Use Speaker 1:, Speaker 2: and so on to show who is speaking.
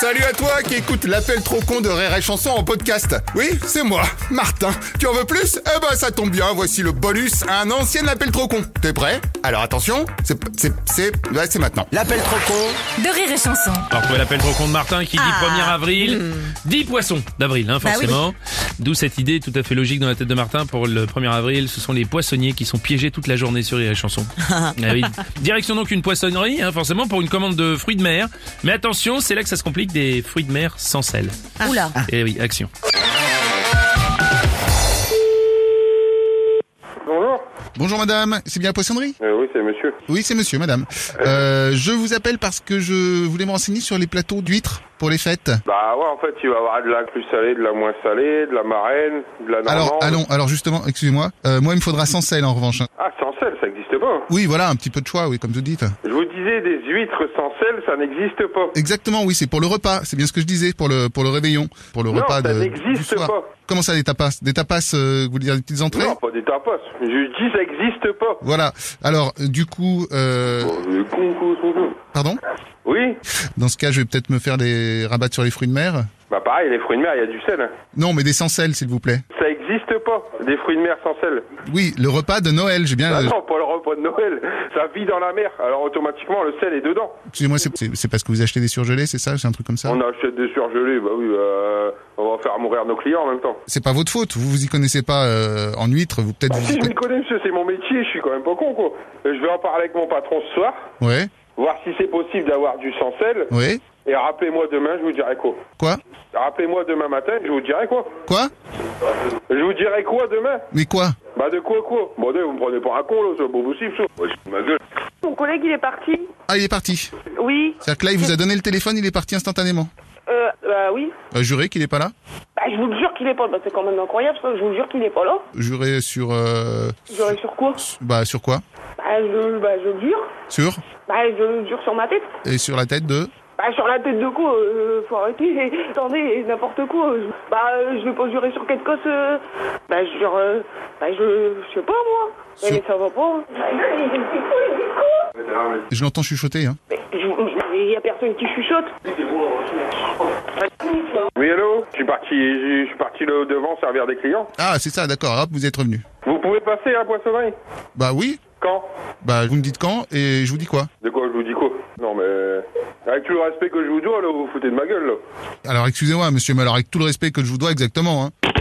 Speaker 1: Salut à toi qui écoute l'appel trop con de Rire et Chanson en podcast. Oui, c'est moi, Martin. Tu en veux plus Eh ben ça tombe bien, voici le bonus à un ancien appel trop con. T'es prêt Alors attention, c'est c'est c'est ouais, c'est maintenant.
Speaker 2: L'appel trop con
Speaker 3: de rire et chanson.
Speaker 4: Alors, vous pouvez l'appel trop con de Martin qui dit
Speaker 3: Ah.
Speaker 4: 1er avril, 10 poissons d'avril, hein,
Speaker 3: Bah oui.
Speaker 4: forcément. D'où cette idée tout à fait logique dans la tête de Martin pour le 1er avril. Ce sont les poissonniers qui sont piégés toute la journée sur les chansons. Ah oui. Direction donc une poissonnerie, hein, forcément, pour une commande de fruits de mer. Mais attention, c'est là que ça se complique des fruits de mer sans sel.
Speaker 3: Oula.
Speaker 4: Et oui, action.
Speaker 5: Bonjour.
Speaker 1: Bonjour madame, c'est bien la poissonnerie
Speaker 5: Euh, oui, c'est monsieur.
Speaker 1: Oui, c'est monsieur madame. Euh, je vous appelle parce que je voulais me renseigner sur les plateaux d'huîtres pour les fêtes.
Speaker 5: Bah ouais, en fait, il va y avoir de la plus salée, de la moins salée, de la marraine, de la normande.
Speaker 1: Alors, allons, alors justement, excusez-moi, euh, moi il me faudra sans sel en revanche. hein.
Speaker 5: Ah, sans sel, ça n'existe pas.
Speaker 1: Oui, voilà, un petit peu de choix, oui, comme vous dites.
Speaker 5: Je vous disais, des huîtres sans sel, ça n'existe pas.
Speaker 1: Exactement, oui, c'est pour le repas, c'est bien ce que je disais, pour le pour le réveillon, pour le
Speaker 5: Non,
Speaker 1: repas
Speaker 5: ça
Speaker 1: de
Speaker 5: n'existe
Speaker 1: du soir.
Speaker 5: pas.
Speaker 1: Comment ça, des tapas Des tapas, euh, vous voulez dire des petites entrées
Speaker 5: Non, pas des tapas. Je dis, ça n'existe pas.
Speaker 1: Voilà. Alors, euh, du coup, euh,
Speaker 5: Bon, le con, con, con, con.
Speaker 1: pardon.
Speaker 5: Oui.
Speaker 1: Dans ce cas, je vais peut-être me faire des rabats sur les fruits de mer.
Speaker 5: Bah pareil, les fruits de mer, il y a du sel. hein.
Speaker 1: Non, mais des sans sel, s'il vous plaît.
Speaker 5: Ça n'existe pas, des fruits de mer sans
Speaker 1: Euh.
Speaker 5: sel.
Speaker 1: Oui, le repas de Noël. J'ai bien.
Speaker 5: Bah
Speaker 1: euh,
Speaker 5: non, pas le repas de Noël. Ça vit dans la mer, alors automatiquement, le sel est dedans.
Speaker 1: Excusez-moi, c'est- c'est c'est parce que vous achetez des surgelés, c'est ça C'est un truc comme ça
Speaker 5: On achète des surgelés, bah oui, euh, on va faire mourir nos clients en même temps.
Speaker 1: C'est pas votre faute. Vous vous y connaissez pas euh, en huîtres. Vous peut-être.
Speaker 5: Bah
Speaker 1: vous
Speaker 5: si
Speaker 1: y
Speaker 5: je m'y connais, monsieur, c'est mon métier, je suis quand même pas con, quoi. Euh, Je vais en parler avec mon patron ce soir,
Speaker 1: conna- Ouais.
Speaker 5: voir si c'est possible d'avoir du sans sel,
Speaker 1: Ouais.
Speaker 5: et rappelez-moi demain, je vous dirai quoi.
Speaker 1: Quoi
Speaker 5: Rappelez-moi demain matin, je vous dirai quoi.
Speaker 1: Quoi
Speaker 5: Je vous dirai quoi demain
Speaker 1: Mais quoi
Speaker 5: Bah de quoi, quoi Bon, allez, vous me prenez pour un con, là, c'est pas possible, ça. Ouais, c'est de ma gueule.
Speaker 6: Mon collègue, il est parti.
Speaker 1: Ah, il est parti.
Speaker 6: Oui.
Speaker 1: C'est-à-dire que là, il vous a donné le téléphone, il est parti instantanément.
Speaker 6: Euh, bah oui.
Speaker 1: Euh, jurez qu'il est pas là.
Speaker 6: Bah, je vous le jure qu'il est pas là. Bah, c'est quand même incroyable, ça. Je vous le jure qu'il est pas là.
Speaker 1: Jurez sur. euh,
Speaker 6: J'aurais sur quoi
Speaker 1: Bah sur quoi
Speaker 6: Bah, je, bah, je le jure.
Speaker 1: Sur
Speaker 6: Bah, je le jure sur ma tête.
Speaker 1: et sur la tête de.
Speaker 6: Bah, sur la tête de quoi euh, Faut arrêter. Attendez, n'importe quoi. euh, je- Bah, euh, je vais pas jurer sur quelque chose. euh, Bah, je jure. euh, Bah, je. Je sais pas, moi.
Speaker 1: Sur-
Speaker 6: Mais ça va pas. hein.
Speaker 1: Je l'entends chuchoter. Hein.
Speaker 6: Mais je- je- Bah, Il y a personne qui chuchote.
Speaker 5: Oui, allô Je suis parti, je je suis parti là devant servir des clients.
Speaker 1: Ah, c'est ça, d'accord. Hop, vous êtes revenu.
Speaker 5: Vous pouvez passer à la poissonnerie
Speaker 1: Bah oui.
Speaker 5: Quand
Speaker 1: Bah vous me dites quand et je vous dis quoi.
Speaker 5: De quoi, je vous dis quoi Non, mais... Avec tout le respect que je vous dois, là, vous vous foutez de ma gueule, là.
Speaker 1: Alors excusez-moi, monsieur, mais alors avec tout le respect que je vous dois exactement, hein.